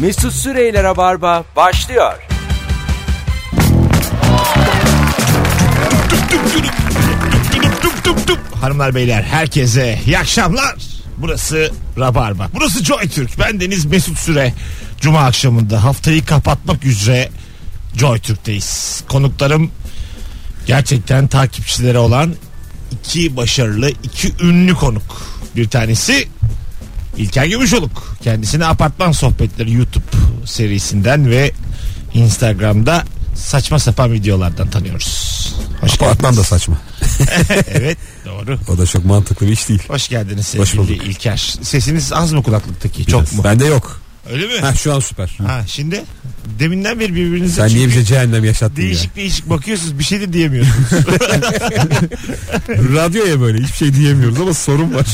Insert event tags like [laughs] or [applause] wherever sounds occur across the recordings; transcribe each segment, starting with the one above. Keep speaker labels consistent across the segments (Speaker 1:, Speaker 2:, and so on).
Speaker 1: Mesut Süreyler'e barba başlıyor.
Speaker 2: Dup dup dup. Hanımlar beyler herkese iyi akşamlar. Burası Rabarba. Burası Joy Türk. Ben Deniz Mesut Süre. Cuma akşamında haftayı kapatmak üzere Joy Türk'teyiz. Konuklarım gerçekten takipçileri olan iki başarılı, iki ünlü konuk. Bir tanesi İlker Gümüşoluk. Kendisini apartman sohbetleri YouTube serisinden ve Instagram'da saçma sapan videolardan tanıyoruz. Hoş
Speaker 3: Apartman da saçma. [laughs]
Speaker 2: Evet doğru.
Speaker 3: O da çok mantıklı bir iş değil.
Speaker 2: Hoş geldiniz sevgili
Speaker 3: Hoş bulduk.
Speaker 2: İlker. Sesiniz az mı kulaklıktaki? Çok
Speaker 3: Biraz.
Speaker 2: mu?
Speaker 3: Bende yok.
Speaker 2: Öyle mi?
Speaker 3: Ha şu an süper.
Speaker 2: Ha şimdi deminden beri birbirinize
Speaker 3: Sen
Speaker 2: çünkü
Speaker 3: niye bize cehennem yaşattın ya?
Speaker 2: değişik değişik bakıyorsunuz bir şey de diyemiyorsunuz.
Speaker 3: Radyoya böyle hiçbir şey diyemiyoruz ama
Speaker 2: [laughs]
Speaker 3: sorun var.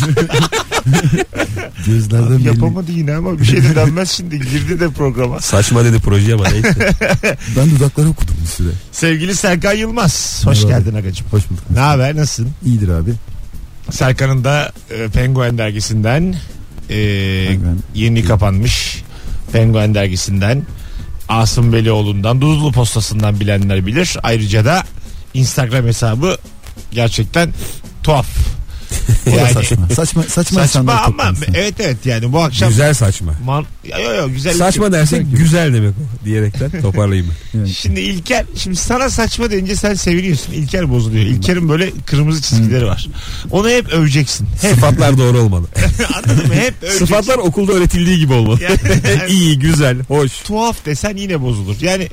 Speaker 3: Gözlerden [laughs] belli.
Speaker 2: Yapamadı yine ama bir şey de denmez şimdi girdi de programa.
Speaker 3: Saçma dedi projeye
Speaker 2: [laughs]
Speaker 3: ama neyse.
Speaker 4: Ben dudakları okudum bir süre.
Speaker 2: Sevgili Serkan Yılmaz. Hoş
Speaker 4: Merhaba.
Speaker 2: geldin Agacım.
Speaker 4: Hoş bulduk.
Speaker 2: Ne haber nasılsın?
Speaker 4: İyidir abi.
Speaker 2: Serkan'ın da e, Penguen dergisinden e,
Speaker 4: Penguen.
Speaker 2: yeni kapanmış Penguen dergisinden Asım Belioğlu'ndan Duzlu postasından bilenler bilir. Ayrıca da Instagram hesabı gerçekten tuhaf.
Speaker 4: [laughs] O da
Speaker 2: Yani
Speaker 4: saçma. Saçma, saçma,
Speaker 2: saçma
Speaker 4: insanlar
Speaker 2: ama
Speaker 4: toplantısı.
Speaker 2: evet evet yani bu akşam
Speaker 3: Güzel saçma.
Speaker 2: man, yo, yo, yo, güzel
Speaker 3: Saçma dersen güzel demek
Speaker 2: [laughs]
Speaker 3: o diyerekten toparlayayım ben.
Speaker 4: Yani.
Speaker 2: Şimdi İlker şimdi sana saçma deyince sen seviniyorsun. İlker bozuluyor. İlker'in böyle kırmızı çizgileri var. Onu hep öveceksin. [laughs] Hep
Speaker 3: Sıfatlar doğru olmalı.
Speaker 2: anladın mı? Hep öveceksin.
Speaker 3: Sıfatlar okulda öğretildiği gibi olmalı.
Speaker 4: [laughs]
Speaker 2: Yani-
Speaker 3: [laughs] İyi, güzel, hoş.
Speaker 2: tuhaf desen yine bozulur. Yani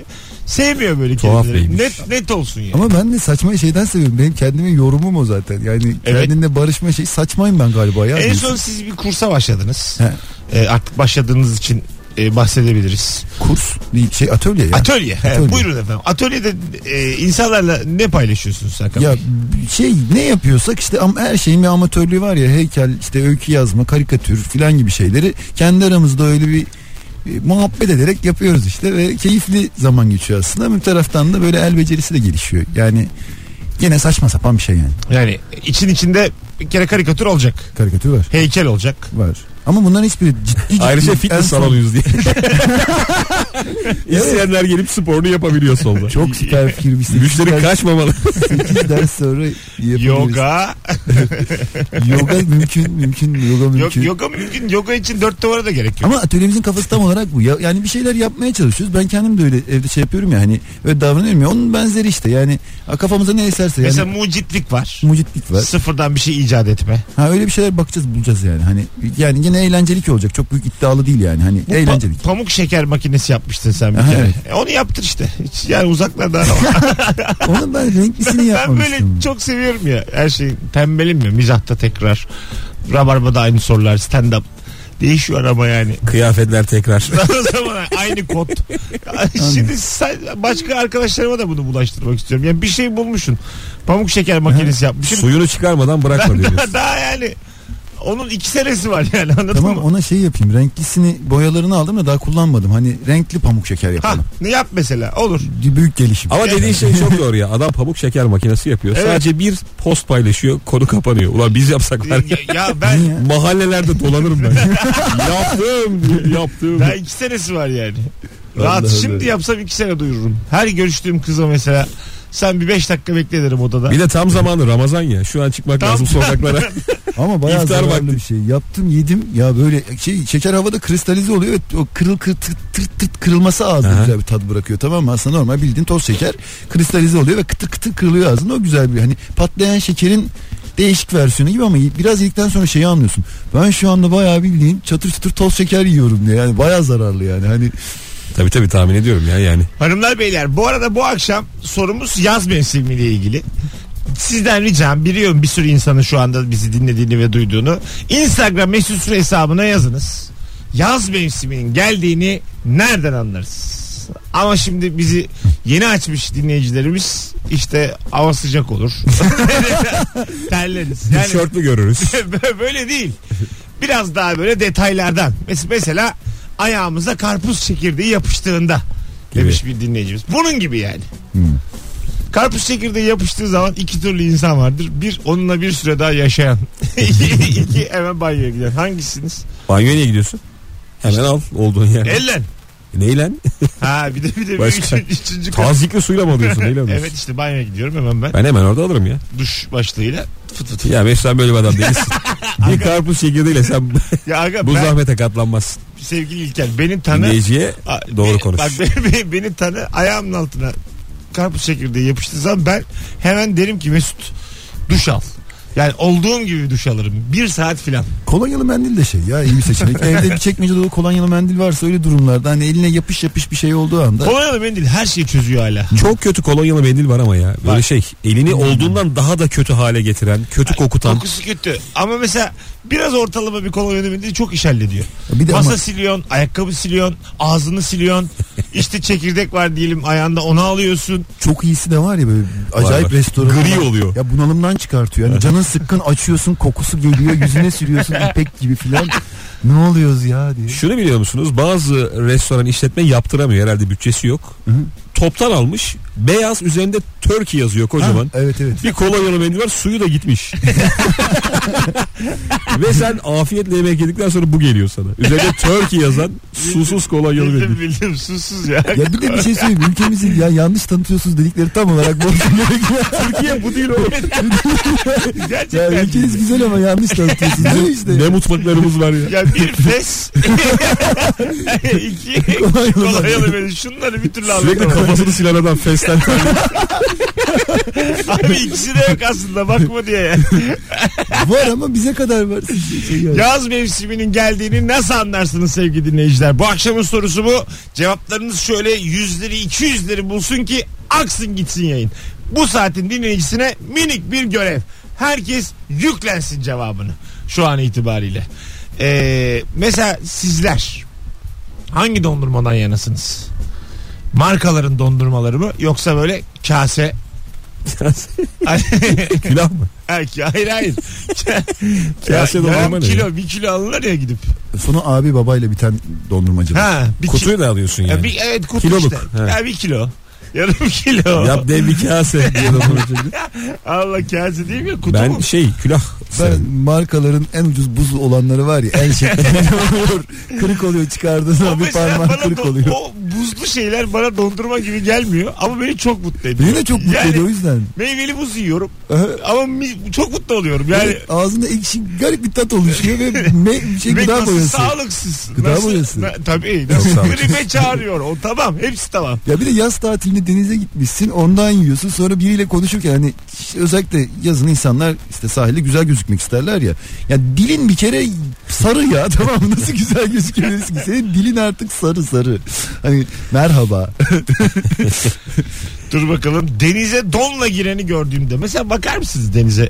Speaker 2: sevmiyor böyle
Speaker 3: Tuhaf
Speaker 2: kelimeleri.
Speaker 3: neymiş?
Speaker 2: Net net olsun yani.
Speaker 4: Ama ben de saçmayı şeyden seviyorum. Benim kendime yorumum o zaten. Yani
Speaker 2: Evet.
Speaker 4: kendinle barışma şey saçmayım ben galiba ya.
Speaker 2: en
Speaker 4: diyorsun.
Speaker 2: son siz bir kursa başladınız.
Speaker 4: He.
Speaker 2: Ee, artık başladığınız için e, bahsedebiliriz.
Speaker 4: kurs değil şey atölye ya.
Speaker 2: Atölye. He,
Speaker 4: Atölye.
Speaker 2: Buyurun efendim. Atölyede e, insanlarla ne paylaşıyorsunuz Serkan?
Speaker 4: ya
Speaker 2: Bey?
Speaker 4: şey ne yapıyorsak işte am- her şeyin bir amatörlüğü var ya heykel işte öykü yazma karikatür filan gibi şeyleri kendi aramızda öyle bir e, muhabbet ederek yapıyoruz işte ve keyifli zaman geçiyor aslında ama bir taraftan da böyle el becerisi de gelişiyor yani gene saçma sapan bir şey yani
Speaker 2: Yani için içinde bir kere karikatür olacak.
Speaker 4: karikatür var
Speaker 2: Heykel olacak.
Speaker 4: Var. Ama bunların hiçbiri ciddi ciddi.
Speaker 3: Ayrıca
Speaker 4: en
Speaker 3: fitness
Speaker 4: son-
Speaker 3: salonuyuz diye. [laughs] İsteyenler gelip sporunu yapabiliyor solda.
Speaker 4: Çok süper fikir. Bir sekiz
Speaker 3: Müşteri
Speaker 4: ders-
Speaker 3: kaçmamalı.
Speaker 4: sekiz ders sonra yapabiliriz.
Speaker 2: Yoga.
Speaker 4: Yoga mümkün mümkün. Yoga
Speaker 2: Yok,
Speaker 4: mümkün.
Speaker 2: yoga mümkün. Yoga için dört duvara da gerek yok.
Speaker 4: Ama atölyemizin kafası tam olarak bu. Ya, yani bir şeyler yapmaya çalışıyoruz. Ben kendim de öyle evde şey yapıyorum ya hani öyle davranıyorum ya. Onun benzeri işte yani ha, kafamıza ne eserse yani.
Speaker 2: Mesela mucitlik var.
Speaker 4: mucitlik var.
Speaker 2: Sıfırdan bir şey icat etme.
Speaker 4: Ha öyle bir şeyler bakacağız bulacağız yani. Hani yani yine eğlencelik olacak. Çok büyük iddialı değil yani. Hani
Speaker 2: Bu pa-
Speaker 4: eğlencelik.
Speaker 2: pamuk şeker makinesi yapmıştın sen bir
Speaker 4: Aha,
Speaker 2: kere.
Speaker 4: evet.
Speaker 2: E, onu yaptır işte. Hiç, yani
Speaker 4: [laughs]
Speaker 2: uzaklarda arama. [laughs]
Speaker 4: Onun ben renklisini
Speaker 2: ben
Speaker 4: yapmamıştım.
Speaker 2: böyle çok seviyorum ya. Her şey tembelim mi? Mizahta tekrar. Rabarba'da aynı sorular. Stand up. Değişiyor ama yani. [laughs]
Speaker 3: Kıyafetler tekrar.
Speaker 2: o zaman aynı
Speaker 4: [laughs]
Speaker 2: kod. Şimdi sen- başka arkadaşlarıma da bunu bulaştırmak istiyorum. Yani bir şey bulmuşsun. Pamuk şeker makinesi [laughs] yapmışsın.
Speaker 3: [laughs] Suyunu çıkarmadan bırakma
Speaker 2: Ben
Speaker 3: diyoruz.
Speaker 2: daha, daha yani onun iki senesi var yani anladın
Speaker 4: Tamam
Speaker 2: mı?
Speaker 4: ona şey yapayım. Renklisini boyalarını aldım da daha kullanmadım. Hani renkli pamuk şeker
Speaker 2: Ha,
Speaker 4: yapalım.
Speaker 2: ne yap mesela olur.
Speaker 4: Büyük gelişim.
Speaker 3: Ama dediğin şey çok doğru ya. Adam pamuk şeker makinesi yapıyor.
Speaker 2: Evet.
Speaker 3: Sadece bir post paylaşıyor. Konu kapanıyor. Ulan biz yapsak var
Speaker 2: [laughs]
Speaker 3: ya.
Speaker 2: Ya, ya ben
Speaker 4: Niye?
Speaker 3: Mahallelerde dolanırım ben. [laughs] yaptım, yaptım.
Speaker 2: Daha iki senesi var yani. Rahat
Speaker 3: Vallahi
Speaker 2: şimdi
Speaker 3: öyle.
Speaker 2: yapsam iki sene duyururum. Her görüştüğüm kıza mesela sen bir beş dakika bekle derim odada.
Speaker 3: Bir de tam zamanı Ramazan ya. Şu an çıkmak
Speaker 2: Tam-
Speaker 3: lazım sokaklara. [laughs]
Speaker 4: Ama bayağı
Speaker 3: İftar
Speaker 4: zararlı
Speaker 3: vakti.
Speaker 4: bir şey. Yaptım yedim. Ya böyle şey şeker havada kristalize oluyor. Evet, o kırıl kır, tırt, tırt, tırt kırılması ağzına
Speaker 3: Aha.
Speaker 4: güzel bir tat bırakıyor. Tamam mı? Aslında normal bildiğin toz şeker kristalize oluyor ve kıtır kıtır kırılıyor ağzında. O güzel bir hani patlayan şekerin değişik versiyonu gibi ama biraz yedikten sonra şeyi anlıyorsun. Ben şu anda bayağı bildiğin çatır çatır toz şeker yiyorum diye. Yani bayağı zararlı yani. Hani
Speaker 3: tabii tabii tahmin ediyorum ya yani.
Speaker 2: Hanımlar beyler bu arada bu akşam sorumuz yaz mevsimiyle ilgili. Sizden ricam biliyorum bir sürü insanın şu anda bizi dinlediğini ve duyduğunu. Instagram mesut süre hesabına yazınız. Yaz mevsiminin geldiğini nereden anlarız? Ama şimdi bizi yeni
Speaker 3: [laughs]
Speaker 2: açmış dinleyicilerimiz işte hava sıcak olur. [laughs] Terleriz. Yani-
Speaker 3: Tişörtlü görürüz.
Speaker 2: [laughs] böyle değil. Biraz daha böyle detaylardan. Mes- Mesela ayağımıza karpuz çekirdeği yapıştığında
Speaker 3: Gibi.
Speaker 2: demiş bir dinleyicimiz. Bunun gibi yani.
Speaker 3: Hmm.
Speaker 2: Karpuz çekirdeği yapıştığı zaman iki türlü insan vardır. Bir onunla bir süre daha yaşayan. [laughs] İki hemen banyoya giden. Hangisiniz?
Speaker 3: Banyoya niye gidiyorsun? Hemen al olduğun yerde.
Speaker 2: Ellen.
Speaker 3: Neyle?
Speaker 2: Ha bir de bir de bir
Speaker 3: Başka.
Speaker 2: üçüncü, üçüncü kat.
Speaker 3: Tazikli suyla mı
Speaker 2: [laughs]
Speaker 3: alıyorsun? Neyle alıyorsun?
Speaker 2: Evet işte banyoya gidiyorum hemen ben.
Speaker 3: Ben hemen orada alırım ya.
Speaker 2: Duş başlığıyla fıt fıt.
Speaker 3: Ya Mesut sen böyle bir
Speaker 2: [laughs]
Speaker 3: adam değilsin. bir karpuz çekirdeğiyle sen
Speaker 2: Ya aga
Speaker 3: bu
Speaker 2: ben
Speaker 3: zahmete katlanmazsın.
Speaker 2: sevgili İlker benim tanı
Speaker 3: Dinleyiciye
Speaker 2: A-
Speaker 3: doğru
Speaker 2: be-
Speaker 3: konuş.
Speaker 2: Bak be- be- beni tanı ayağımın altına karpuz çekirdeği yapıştığı zaman ben hemen derim ki Mesut duş al. Yani olduğum gibi duş alırım. Bir saat filan.
Speaker 4: Kolonyalı mendil de şey ya iyi
Speaker 3: [laughs]
Speaker 4: bir seçenek. Evde bir çekmece dolu kolonyalı mendil varsa öyle durumlarda hani eline yapış yapış bir şey olduğu anda.
Speaker 2: Kolonyalı mendil her şeyi çözüyor hala.
Speaker 3: Çok kötü kolonyalı mendil var ama ya. Böyle
Speaker 2: Var. Hmm.
Speaker 3: şey elini olduğundan daha da kötü hale getiren, kötü kokutan.
Speaker 2: Kokusu kötü. Ama mesela biraz ortalama bir kolonyalı mendil çok iş hallediyor.
Speaker 4: Bir de
Speaker 2: Masa
Speaker 4: ama
Speaker 2: siliyorsun, ayakkabı siliyorsun, ağzını
Speaker 4: [laughs]
Speaker 2: siliyorsun. işte çekirdek var diyelim ayağında onu alıyorsun.
Speaker 4: çok iyisi de var ya böyle acayip
Speaker 3: var.
Speaker 4: restoran.
Speaker 3: Gri oluyor.
Speaker 4: Ya bunalımdan çıkartıyor. Yani canın sıkkın açıyorsun kokusu geliyor
Speaker 3: [laughs]
Speaker 4: yüzüne sürüyorsun ipek gibi filan. Ne oluyoruz ya diye.
Speaker 3: Şunu biliyor musunuz? Bazı restoran işletme yaptıramıyor herhalde bütçesi yok. Toptan almış. Beyaz üzerinde Turkey yazıyor kocaman.
Speaker 4: Evet evet.
Speaker 3: Bir kolonyalı mendil var suyu da gitmiş. [laughs] Ve sen afiyetle yemek yedikten sonra bu geliyor sana. Üzerinde Turkey yazan susuz kolonyalı mendil.
Speaker 2: Bildim bildim susuz ya.
Speaker 4: [laughs] Ya bir de bir şey söyleyeyim. Ülkemizi ya yanlış tanıtıyorsunuz dedikleri tam olarak bu.
Speaker 3: Türkiye bu değil oğlum.
Speaker 4: ya
Speaker 2: Gerçekten.
Speaker 4: ülkeniz güzel ama yanlış tanıtıyorsunuz. Öyle işte.
Speaker 3: ne mutfaklarımız var
Speaker 2: [laughs]
Speaker 3: ya.
Speaker 2: Ya bir fes. iki
Speaker 4: Kolay kolay.
Speaker 2: kolaylı beni. Şunları bir türlü
Speaker 3: Sürekli
Speaker 2: anlatamam.
Speaker 3: kafasını silen adam [laughs] festen.
Speaker 2: Abi ikisi de yok aslında bakma diye. ya.
Speaker 4: Var ama bize kadar var. Şey yok.
Speaker 2: Yaz mevsiminin geldiğini nasıl anlarsınız sevgili dinleyiciler? Bu akşamın sorusu bu. Cevaplarınız şöyle yüzleri iki yüzleri bulsun ki aksın gitsin yayın. Bu saatin dinleyicisine minik bir görev. Herkes yüklensin cevabını şu an itibariyle. Ee, mesela sizler hangi dondurmadan yanasınız? Markaların dondurmaları mı yoksa böyle
Speaker 3: [laughs]
Speaker 2: kase
Speaker 3: Külah mı?
Speaker 2: Hayır hayır. hayır.
Speaker 3: Kase
Speaker 2: Ya,
Speaker 3: dondurma ne
Speaker 2: kilo, bir kilo alırlar ya gidip.
Speaker 4: Sonu abi babayla biten dondurmacı. var.
Speaker 2: Ha, bir ki-
Speaker 3: Kutuyu da alıyorsun
Speaker 2: Ya
Speaker 3: yani.
Speaker 2: bir, evet kutu
Speaker 3: Kiloluk.
Speaker 2: işte.
Speaker 3: Ha.
Speaker 2: Ya bir kilo. [laughs] Yarım kilo.
Speaker 3: Yap dev bir kase [laughs] diye dokunacak.
Speaker 2: Allah kase değil mi? Kutu
Speaker 3: Ben
Speaker 2: mu?
Speaker 3: şey külah.
Speaker 4: Ben
Speaker 3: severim.
Speaker 4: markaların en ucuz buz olanları var ya en [laughs] şeklinde oluyor. Kırık oluyor çıkardığın
Speaker 2: O
Speaker 4: zaman bir
Speaker 2: mesela
Speaker 4: parmak
Speaker 2: bana
Speaker 4: kırık
Speaker 2: don-
Speaker 4: oluyor.
Speaker 2: o buzlu şeyler bana dondurma gibi gelmiyor ama beni çok mutlu ediyor.
Speaker 4: Beni de çok mutlu
Speaker 2: Yani
Speaker 4: ediyor o yüzden.
Speaker 2: Meyveli buz yiyorum
Speaker 4: Aha.
Speaker 2: ama mi- çok mutlu oluyorum. Yani
Speaker 4: Böyle ağzında ekşi garip bir tat
Speaker 2: [laughs]
Speaker 4: oluşuyor ve me- şey
Speaker 2: ve
Speaker 4: gıda
Speaker 2: nasıl
Speaker 4: boyası.
Speaker 2: sağlıksız.
Speaker 4: Gıda
Speaker 2: nasıl,
Speaker 4: boyası.
Speaker 2: Na, tabii. Nasıl
Speaker 3: sağlıksız.
Speaker 2: grime çağırıyor. O tamam. Hepsi tamam.
Speaker 4: Ya bir de yaz tatilinde denize gitmişsin ondan yiyorsun sonra biriyle konuşurken hani işte özellikle yazın insanlar işte sahilde güzel gözükmek isterler ya. Ya dilin bir kere sarı ya [laughs] tamam mı? nasıl güzel gözükebilirsin ki senin dilin artık sarı sarı. Hani merhaba.
Speaker 2: Dur bakalım. Denize donla gireni gördüğümde. Mesela bakar mısınız denize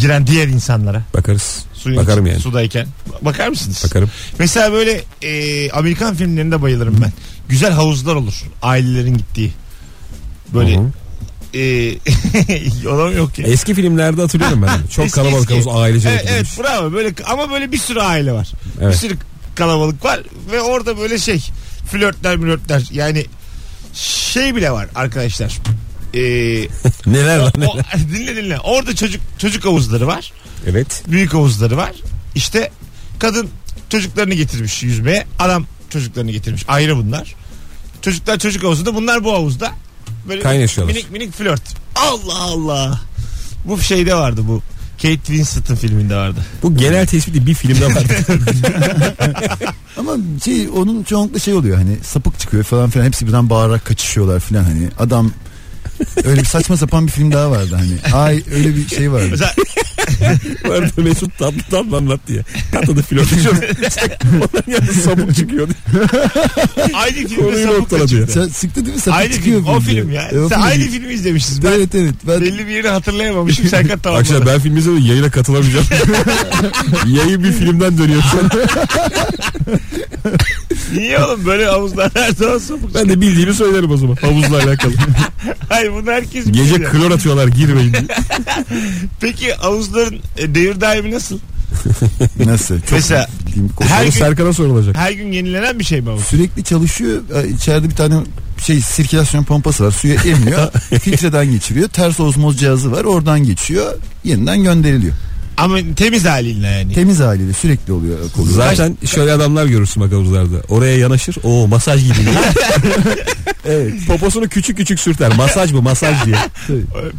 Speaker 2: giren diğer insanlara?
Speaker 3: Bakarız.
Speaker 2: Suyun
Speaker 3: Bakarım yani.
Speaker 2: Sudayken. Bakar mısınız?
Speaker 3: Bakarım.
Speaker 2: Mesela böyle e, Amerikan filmlerinde bayılırım ben. Güzel havuzlar olur. Ailelerin gittiği. Böyle
Speaker 3: Hı hı.
Speaker 2: [laughs] e, olan yok ya.
Speaker 3: Eski filmlerde
Speaker 2: [laughs]
Speaker 3: hatırlıyorum ben. Çok
Speaker 2: Eski
Speaker 3: kalabalık
Speaker 2: eski.
Speaker 3: havuz ailece
Speaker 2: Evet, evet
Speaker 3: oturmuş.
Speaker 2: bravo. Böyle, ama böyle bir sürü aile var. Bir
Speaker 3: Evet.
Speaker 2: sürü kalabalık var. Ve orada böyle şey flörtler flörtler. Yani şey bile var arkadaşlar.
Speaker 3: [laughs]
Speaker 2: E,
Speaker 3: Neler var ne?
Speaker 2: o, dinle dinle. Orada çocuk çocuk havuzları var.
Speaker 3: Evet.
Speaker 2: büyük havuzları var. İşte kadın çocuklarını getirmiş yüzmeye. Adam çocuklarını getirmiş. Ayrı bunlar. Çocuklar çocuk havuzunda bunlar bu havuzda. Böyle
Speaker 3: Kaynaşıyorlar.
Speaker 2: Minik minik flört. Allah Allah. Bu şeyde vardı bu. Kate Winslet'ın filminde vardı.
Speaker 4: [laughs]
Speaker 3: Bu genel tespiti bir filmde var.
Speaker 4: Ama şey onun çoğunlukla şey oluyor hani sapık çıkıyor falan filan hepsi birden bağırarak kaçışıyorlar filan hani adam öyle bir saçma sapan bir film daha vardı hani. Ay öyle bir şey vardı.
Speaker 2: Mesela
Speaker 3: Vardı Mesut tatlı tatlı anlattı ya. Katladı flört ediyor. Ondan yanında sapık çıkıyor.
Speaker 2: aynı filmde
Speaker 3: Konuyu
Speaker 2: sapık
Speaker 3: ortaladı
Speaker 2: kaçıyor.
Speaker 3: ya.
Speaker 4: Sen sıktı değil mi? Sapık
Speaker 2: Aynı
Speaker 4: çıkıyor
Speaker 2: film. O
Speaker 4: filmde.
Speaker 2: film ya.
Speaker 4: E, o
Speaker 2: Sen
Speaker 4: film.
Speaker 2: aynı filmi izlemişiz. Ben
Speaker 4: Evet evet. Ben
Speaker 2: belli bir yeri hatırlayamamışım. Serkan
Speaker 4: [laughs]
Speaker 3: Arkadaşlar
Speaker 2: tamamladı.
Speaker 3: ben film izlemedim yayına [laughs] katılamayacağım. Yayın bir filmden dönüyor. şu an.
Speaker 2: Niye oğlum böyle havuzlar her zaman sapık
Speaker 3: Ben de bildiğimi söylerim o zaman havuzla alakalı.
Speaker 2: Hayır bunu herkes biliyor.
Speaker 3: Gece klor atıyorlar girmeyin diye.
Speaker 2: Peki havuzların e, devir daimi nasıl?
Speaker 4: nasıl? Çok
Speaker 2: Mesela
Speaker 4: bildiğim bir konu.
Speaker 2: Her
Speaker 3: Her
Speaker 2: gün-
Speaker 3: Serkan'a sorulacak.
Speaker 2: Her gün yenilenen bir şey mi havuz?
Speaker 4: sürekli çalışıyor. E, İçeride bir tane şey sirkülasyon pompası var.
Speaker 2: [laughs]
Speaker 4: Suyu emiyor. filtreden geçiriyor. Ters ozmoz cihazı var. Oradan geçiyor. Yeniden gönderiliyor.
Speaker 2: Ama temiz haliyle yani.
Speaker 4: Temiz haliyle sürekli oluyor. oluyor.
Speaker 3: Zaten şöyle adamlar görürsün bak havuzlarda. Oraya yanaşır. O masaj [laughs] gibi. evet. Poposunu küçük küçük sürter. Masaj bu masaj diye.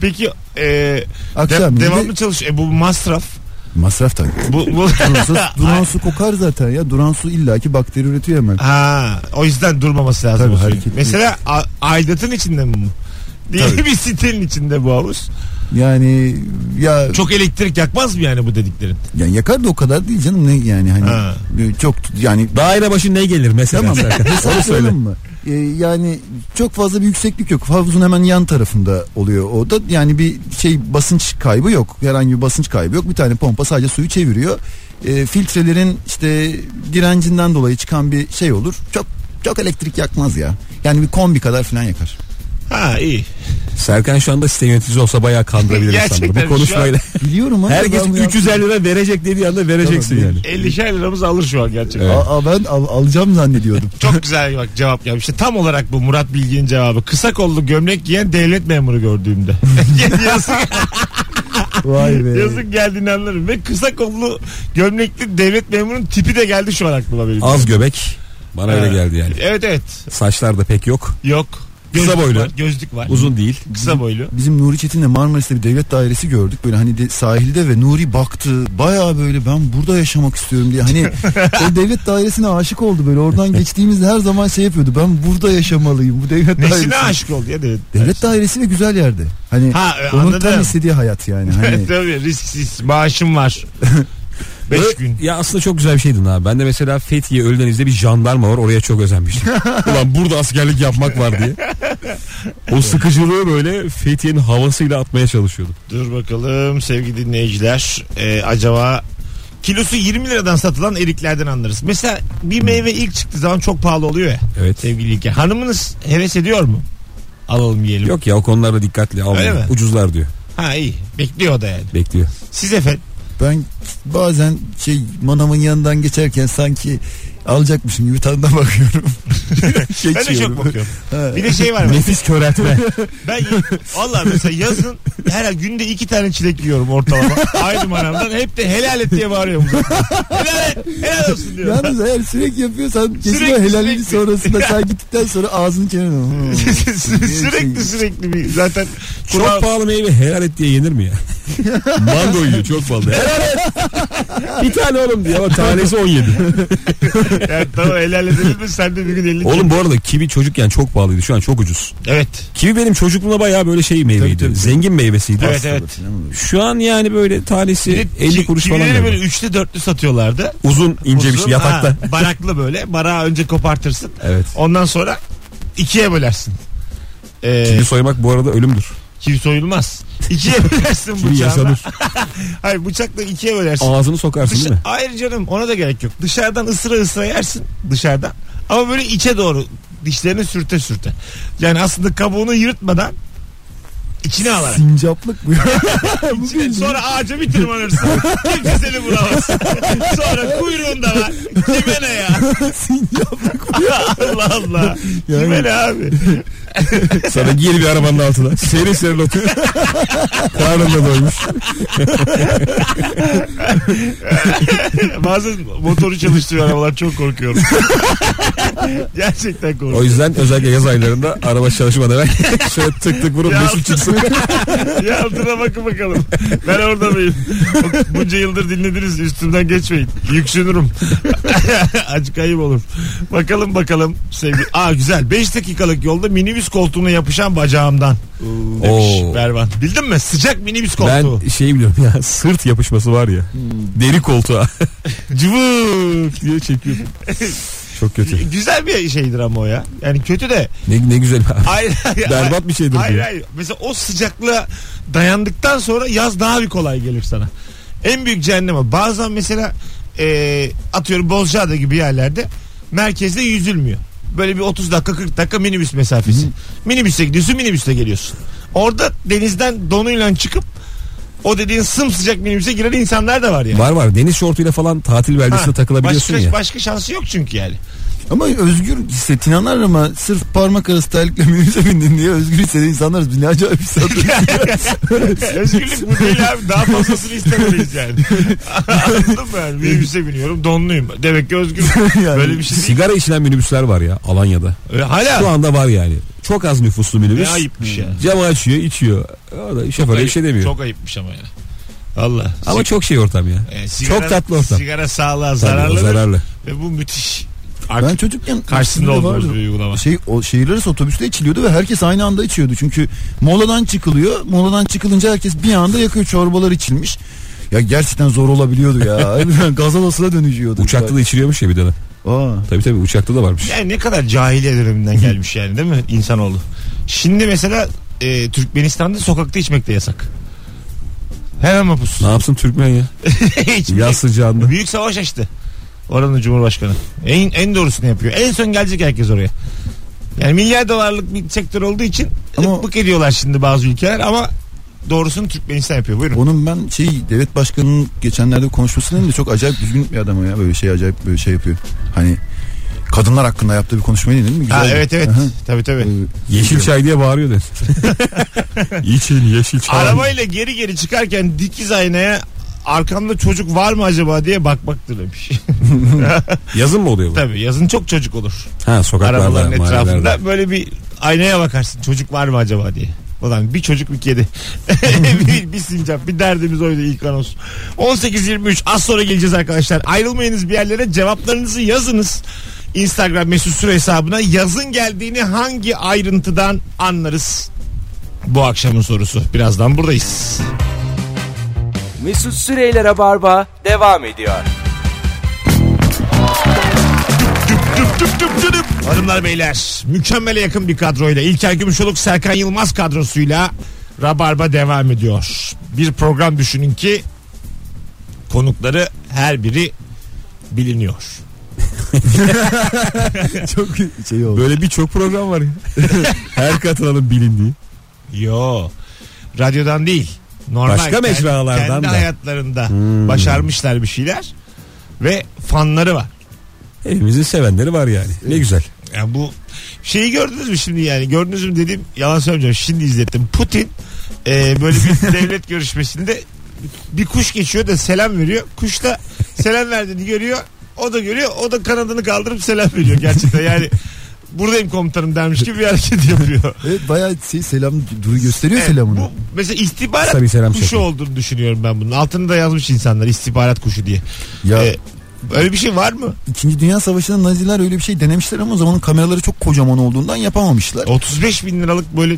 Speaker 2: Peki e,
Speaker 4: Akşam
Speaker 2: de-
Speaker 4: yine-
Speaker 2: devamlı çalış. E, bu masraf.
Speaker 4: Masraf tabii.
Speaker 2: Bu,
Speaker 4: [laughs]
Speaker 2: bu...
Speaker 4: Duransı- duran su kokar zaten ya. Duran su illaki bakteri üretiyor hemen.
Speaker 2: ha, o yüzden durmaması lazım.
Speaker 4: Tabii,
Speaker 2: bu suyun.
Speaker 4: hareketli.
Speaker 2: Mesela a- aidatın içinde mi bu? Değil [laughs] bir sitenin içinde bu havuz.
Speaker 4: Yani ya
Speaker 2: Çok elektrik yakmaz mı yani bu dediklerin?
Speaker 4: yani yakar da o kadar değil canım ne yani hani
Speaker 2: Ha.
Speaker 4: çok yani
Speaker 3: Daire başı ne gelir mesela?
Speaker 4: Tamam.
Speaker 3: Serkan?
Speaker 4: Hesap
Speaker 3: Onu söyle.
Speaker 4: soralım mı? Ee, yani çok fazla bir yükseklik yok. Havuzun hemen yan tarafında oluyor o da. Yani bir şey basınç kaybı yok. Herhangi bir basınç kaybı yok. Bir tane pompa sadece suyu çeviriyor. Ee, filtrelerin işte direncinden dolayı çıkan bir şey olur. Çok çok elektrik yakmaz ya. Yani bir kombi kadar falan yakar.
Speaker 2: Ha iyi.
Speaker 3: Serkan şu anda site yöneticisi olsa bayağı kandırabilir insanları.
Speaker 2: Gerçekten
Speaker 3: Bu
Speaker 2: şu an-
Speaker 3: konuşmayla.
Speaker 4: Biliyorum ama
Speaker 3: Herkes
Speaker 4: ben bu
Speaker 3: 350 lira verecek dediği anda vereceksin
Speaker 4: Tamam,
Speaker 3: yani.
Speaker 2: 50'şer liramız alır şu an gerçekten.
Speaker 4: yaptım. Aa, ben al-
Speaker 2: [laughs]
Speaker 4: alacağım zannediyordum.
Speaker 2: Çok güzel bak cevap gelmiş. İşte tam olarak bu Murat Bilgin'in cevabı. Kısa kollu gömlek giyen devlet memuru gördüğümde. [laughs] yazık,
Speaker 4: Vay be.
Speaker 3: Ee,
Speaker 2: yazık geldiğini anlarım. Ve kısa kollu gömlekli devlet memurunun tipi de geldi şu an aklıma benim.
Speaker 3: Az göbek. Bana öyle
Speaker 2: Ha.
Speaker 3: geldi yani.
Speaker 2: Evet evet.
Speaker 3: Saçlar da pek yok.
Speaker 2: Yok.
Speaker 3: Kısa
Speaker 2: Gözlük
Speaker 3: boylu.
Speaker 2: Var, gözlük var.
Speaker 3: Uzun değil.
Speaker 2: Kısa boylu.
Speaker 4: Bizim Nuri Çetin'le Marmaris'te bir devlet dairesi gördük. Böyle hani de sahilde ve Nuri baktı. Baya böyle ben burada yaşamak istiyorum
Speaker 2: [laughs]
Speaker 4: diye. Hani o devlet dairesine aşık oldu böyle. Oradan geçtiğimizde her zaman şey yapıyordu. Ben burada yaşamalıyım bu devlet dairesi.
Speaker 2: Nesine aşık oldu ya devlet.
Speaker 4: Devlet dairesi ve güzel yerde. Hani
Speaker 2: Ha, e,
Speaker 4: onun
Speaker 2: anladım.
Speaker 4: tam istediği hayat yani. Hani
Speaker 2: [laughs] Evet, Tabii risksiz. Maaşım
Speaker 3: [laughs]
Speaker 2: var.
Speaker 3: Ö-
Speaker 2: 5 gün.
Speaker 3: Ya aslında çok güzel bir şeydin abi. Ben de mesela Fethiye Ölüdeniz'de bir jandarma var. Oraya çok özenmiştim.
Speaker 2: [laughs]
Speaker 3: Ulan burada askerlik yapmak var diye. O sıkıcılığı böyle Fethiye'nin havasıyla atmaya çalışıyordum.
Speaker 2: Dur bakalım sevgili dinleyiciler. Ee, acaba kilosu 20 liradan satılan eriklerden anlarız. Mesela bir
Speaker 3: Hmm.
Speaker 2: meyve ilk çıktığı zaman çok pahalı oluyor ya
Speaker 3: Evet.
Speaker 2: sevgili İlker. Hanımınız heves ediyor mu? Alalım yiyelim.
Speaker 3: Yok ya o konularda dikkatli. Al,
Speaker 2: Öyle mi?
Speaker 3: ucuzlar diyor.
Speaker 2: Ha iyi. Bekliyor o da yani.
Speaker 3: Bekliyor.
Speaker 2: Siz efendim.
Speaker 4: ben bazen şey manamın yanından geçerken sanki alacakmışım gibi tadına bakıyorum.
Speaker 2: [laughs] Ben de çok bakıyorum.
Speaker 4: Ha.
Speaker 2: Bir de
Speaker 4: [laughs]
Speaker 2: şey var.
Speaker 3: Nefis köreltme. [laughs]
Speaker 2: Ben valla mesela yazın her ay günde iki tane çilek yiyorum ortalama. Aynı manamdan. Hep de helal et diye bağırıyorum. helal et. Helal olsun diyorum. [laughs]
Speaker 4: Yalnız eğer sürekli yapıyorsan kesin
Speaker 2: Sürekli,
Speaker 4: o helalini
Speaker 2: sürekli.
Speaker 4: sonrasında
Speaker 2: [laughs]
Speaker 4: sen gittikten sonra ağzını kenara.
Speaker 2: Hmm. sürekli sürekli bir zaten
Speaker 3: çok pahalı meyve helal et diye yenir mi
Speaker 2: [laughs]
Speaker 3: ya? Mango yiyor çok pahalı. Helal et. bir tane oğlum diye ama tanesi 17.
Speaker 2: Yani tamam helal edelim de sen de bir gün elini
Speaker 3: oğlum bu arada kivi çocukken çok pahalıydı. Şu an çok ucuz.
Speaker 2: Evet.
Speaker 3: Kivi benim çocukluğumda bayağı böyle şey meyveydi.
Speaker 4: tabii.
Speaker 3: Zengin meyvesiydi.
Speaker 2: Evet evet.
Speaker 3: Şu an yani böyle tanesi 50 kuruş falan.
Speaker 2: Kivileri
Speaker 3: galiba.
Speaker 2: böyle üçlü dörtlü satıyorlardı.
Speaker 3: Uzun ince bir
Speaker 2: Uzun,
Speaker 3: şey yatakta.
Speaker 2: ha, baraklı böyle. Barağı önce kopartırsın.
Speaker 3: [laughs] Evet.
Speaker 2: Ondan sonra ikiye bölersin. Ee,
Speaker 3: Kivi soymak bu arada ölümdür.
Speaker 2: kivi soyulmaz.
Speaker 3: [laughs]
Speaker 2: İkiye bölersin
Speaker 3: Kivi
Speaker 2: bıçağla.
Speaker 3: yaşanır.
Speaker 2: Hayır bıçakla ikiye bölersin.
Speaker 3: Ağzını sokarsın
Speaker 2: Dışa-
Speaker 3: değil mi?
Speaker 2: Hayır canım ona da gerek yok. Dışarıdan ısıra ısıra yersin dışarıdan. Ama böyle içe doğru dişlerini sürte sürte. Yani aslında kabuğunu yırtmadan içine alarak.
Speaker 3: [laughs]
Speaker 4: Sincaplık bu. Bu
Speaker 2: Şimdi
Speaker 4: bildiğin-
Speaker 2: Sonra ağaca bir tırmanırsın. Kimse seni
Speaker 3: [laughs]
Speaker 2: vuramaz. Sonra kuyruğun da var. Kime ne ya? Allah
Speaker 3: [laughs]
Speaker 2: Allah. Kime ne abi?
Speaker 3: Sana gir bir arabanın
Speaker 4: [laughs]
Speaker 3: altına. Seri seri otur. Karnında doymuş.
Speaker 2: Bazen motoru çalıştırıyor arabalar çok
Speaker 3: [laughs]
Speaker 2: korkuyorum. Gerçekten korkuyorum.
Speaker 3: O yüzden özellikle yaz aylarında araba çalışmadan ben [laughs] şöyle tık tık vurup
Speaker 2: Ya.
Speaker 3: mesut çıksın.
Speaker 2: Ya altına bakın bakalım. Ben orada mıyım? Bunca yıldır dinlediniz. Üstümden geçmeyin. Yüksünürüm. [laughs] Acık ayıp olur. Bakalım bakalım sevgili. Aa güzel. 5 dakikalık yolda minibüs koltuğuna yapışan bacağımdan. Demiş
Speaker 3: Oo.
Speaker 2: Bervan. Bildin mi? Sıcak minibüs [laughs] koltuğu.
Speaker 3: Ben şeyi biliyorum ya sırt yapışması var ya.
Speaker 4: Hmm.
Speaker 3: Deri koltuğa. [laughs] Cıvık diye çekiyor. Çok kötü.
Speaker 2: Güzel bir şeydir ama o ya. Yani kötü de.
Speaker 3: Ne, ne güzel.
Speaker 2: [laughs] Hayır, hayır,
Speaker 3: Berbat bir şeydir
Speaker 2: Hayır
Speaker 3: diyor.
Speaker 2: hayır. Mesela o sıcaklığa dayandıktan sonra yaz daha bir kolay gelir sana. En büyük cehennem o. Bazen mesela e, atıyorum Bozcaada gibi yerlerde merkezde yüzülmüyor. Böyle bir 30 dakika 40 dakika minibüs mesafesi. Minibüse gidiyorsun minibüsle geliyorsun. Orada denizden donuyla çıkıp o dediğin sımsıcak minibüse giren insanlar da var yani.
Speaker 3: Var var deniz şortuyla falan tatil
Speaker 2: Ha,
Speaker 3: beldesine takılabiliyorsun
Speaker 2: başka,
Speaker 3: ya.
Speaker 2: başka şansı yok çünkü yani.
Speaker 4: [laughs] Ama özgür hisset inanlar ama sırf parmak arası terlikle minibüse bindin diye özgür hisseden insanlarız. Biz ne acayip hissettik.
Speaker 2: [laughs] Özgürlük bu değil abi. Daha fazlasını istemeyiz yani. Anladın mı? Yani? Minibüse biniyorum donluyum. Demek ki
Speaker 3: [laughs]
Speaker 2: özgür.
Speaker 4: Yani
Speaker 2: Böyle bir şey değil.
Speaker 3: Sigara içilen minibüsler var ya Alanya'da.
Speaker 2: E, Hala.
Speaker 3: Şu anda var yani. Çok az nüfuslu
Speaker 2: Ne
Speaker 3: minibüs.
Speaker 2: ayıpmış ya.
Speaker 3: Camı açıyor, içiyor. Orada
Speaker 2: Çok
Speaker 3: şoföre bir
Speaker 2: ayıp-
Speaker 3: şey demiyor.
Speaker 2: Çok ayıpmış ama yani. Allah.
Speaker 3: Ama çok şey ortam ya.
Speaker 2: E, sigara-
Speaker 3: çok tatlı ortam.
Speaker 2: Sigara sağlığa
Speaker 3: Tabii,
Speaker 2: zararlı.
Speaker 3: zararlı.
Speaker 2: Ve bu müthiş.
Speaker 4: ben
Speaker 2: [laughs] Artık
Speaker 4: çocukken
Speaker 2: karşısında
Speaker 4: üstünde
Speaker 2: olduğumuz
Speaker 4: vardı.
Speaker 2: bir uygulama.
Speaker 4: şey o şehirler arası otobüste içiliyordu ve herkes aynı anda içiyordu. Çünkü moladan çıkılıyor. Moladan çıkılınca herkes bir anda yakıyor çorbalar içilmiş. Ya gerçekten zor olabiliyordu
Speaker 2: [laughs]
Speaker 4: ya. Harbiden Gaz odasına dönüşüyordu.
Speaker 3: Uçakta da içiliyormuş ya bir dönem.
Speaker 4: Aa.
Speaker 3: Tabii tabii uçakta da varmış.
Speaker 2: Yani ne kadar cahiliye döneminden gelmiş yani değil mi insanoğlu? Şimdi mesela e, Türkmenistan'da sokakta içmek de yasak. Hemen mapus. [laughs]
Speaker 3: Ne yapsın Türkmen ya?
Speaker 2: İçmek-
Speaker 3: Yaz sıcağında.
Speaker 2: Büyük savaş açtı. Oranın cumhurbaşkanı. En, en doğrusunu yapıyor. En son gelecek herkes oraya. Yani milyar dolarlık bir sektör olduğu için
Speaker 4: Ama-
Speaker 2: lıklık ediyorlar şimdi bazı ülkeler ama doğrusunu Türkmenistan yapıyor. Buyurun.
Speaker 4: Onun ben şey devlet başkanının geçenlerde konuşması dedim de çok acayip düzgün bir adam o ya. Böyle şey acayip böyle şey yapıyor. Hani kadınlar hakkında yaptığı bir konuşmayı dinledin mi?
Speaker 2: Ha,
Speaker 4: Güzeldi.
Speaker 2: evet evet.
Speaker 4: Aha.
Speaker 2: Tabii tabii.
Speaker 4: Ee,
Speaker 3: Yeşil çay diye
Speaker 2: [laughs]
Speaker 3: bağırıyor der. İçin yeşil çay.
Speaker 2: Arabayla geri geri çıkarken dikiz aynaya arkamda çocuk var mı acaba diye bakmaktır demiş. [laughs]
Speaker 3: Yazın mı oluyor bu?
Speaker 2: tabii yazın çok çocuk olur.
Speaker 3: Ha sokaklarda,
Speaker 2: Arabaların
Speaker 3: mahallelerde.
Speaker 2: etrafında böyle bir aynaya bakarsın çocuk var mı acaba diye. Ulan bir çocuk bir
Speaker 3: [laughs]
Speaker 2: kedi. bir, bir sincap bir derdimiz oydu ilk anons. 18.23 az sonra geleceğiz arkadaşlar. Ayrılmayınız bir yerlere cevaplarınızı yazınız. Instagram mesut süre hesabına yazın geldiğini hangi ayrıntıdan anlarız? Bu akşamın sorusu. Birazdan buradayız.
Speaker 1: Mesut Süreyler'e barba devam ediyor.
Speaker 2: Tüp tüp tüp tüp tüp. Hanımlar beyler mükemmele yakın bir kadroyla İlker Gümüşoluk Serkan Yılmaz kadrosuyla Rabarba devam ediyor. Bir program düşünün ki konukları her biri biliniyor.
Speaker 4: çok şey oldu.
Speaker 3: Böyle birçok program var ya. [laughs] Her katılanın bilindiği.
Speaker 2: Yo radyodan değil. Normal
Speaker 3: Başka
Speaker 2: kendi-
Speaker 3: mecralardan
Speaker 2: kendi
Speaker 3: da. Hmm.
Speaker 2: hayatlarında başarmışlar bir şeyler ve fanları var.
Speaker 3: Evimizin sevenleri var yani. Ne güzel.
Speaker 2: Yani bu şeyi gördünüz mü şimdi yani gördünüz mü dedim yalan söylemeyeceğim şimdi izlettim. Putin e, böyle
Speaker 3: [laughs]
Speaker 2: bir devlet görüşmesinde bir kuş geçiyor da selam veriyor. Kuş da selam verdiğini görüyor. O da görüyor. O da kanadını kaldırıp selam veriyor gerçekten.
Speaker 3: [laughs]
Speaker 2: Yani buradayım komutanım dermiş gibi bir hareket yapıyor.
Speaker 4: Evet bayağı şey selam duru gösteriyor
Speaker 2: Evet,
Speaker 4: selamını.
Speaker 2: E, bu mesela istihbarat
Speaker 3: Kısa bir selam
Speaker 2: kuşu
Speaker 3: şekli.
Speaker 2: olduğunu düşünüyorum ben bunun. Altını da yazmış insanlar istihbarat kuşu diye.
Speaker 4: Ya
Speaker 2: E, öyle bir şey var mı?
Speaker 4: İkinci Dünya Savaşı'nda Naziler öyle bir şey denemişler ama o zamanın kameraları çok kocaman olduğundan yapamamışlar.
Speaker 2: 35 bin liralık böyle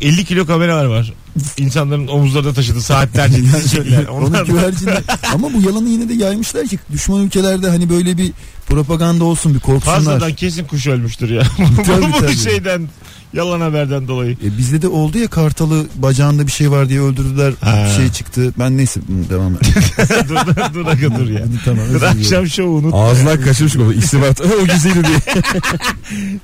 Speaker 2: 50 kilo kameralar var. İnsanların omuzlarında taşıdığı saatlerce
Speaker 3: [laughs]
Speaker 2: dizecekler. [laughs]
Speaker 4: Onun
Speaker 2: Onlar da-
Speaker 4: güvercinler. ama bu yalanı yine de yaymışlar ki düşman ülkelerde hani böyle bir propaganda olsun bir korksunlar.
Speaker 2: fazladan kesin kuş ölmüştür ya. [laughs]
Speaker 4: Tabii,
Speaker 2: Bu
Speaker 4: tabii.
Speaker 2: şeyden yalan haberden
Speaker 3: [laughs]
Speaker 2: dolayı.
Speaker 4: E, bizde de oldu ya kartalı bacağında bir şey var diye öldürdüler.
Speaker 2: Ha.
Speaker 4: Bir şey çıktı. Ben neyse hı, devam et.
Speaker 2: dur dur dur dakika, dur ya.
Speaker 4: tamam. özür
Speaker 2: Dur
Speaker 4: diliyorum.
Speaker 2: akşam şovu unut.
Speaker 3: Ağzından kaçırmış oldu. [laughs] İstihbarat. o güzeldi diye.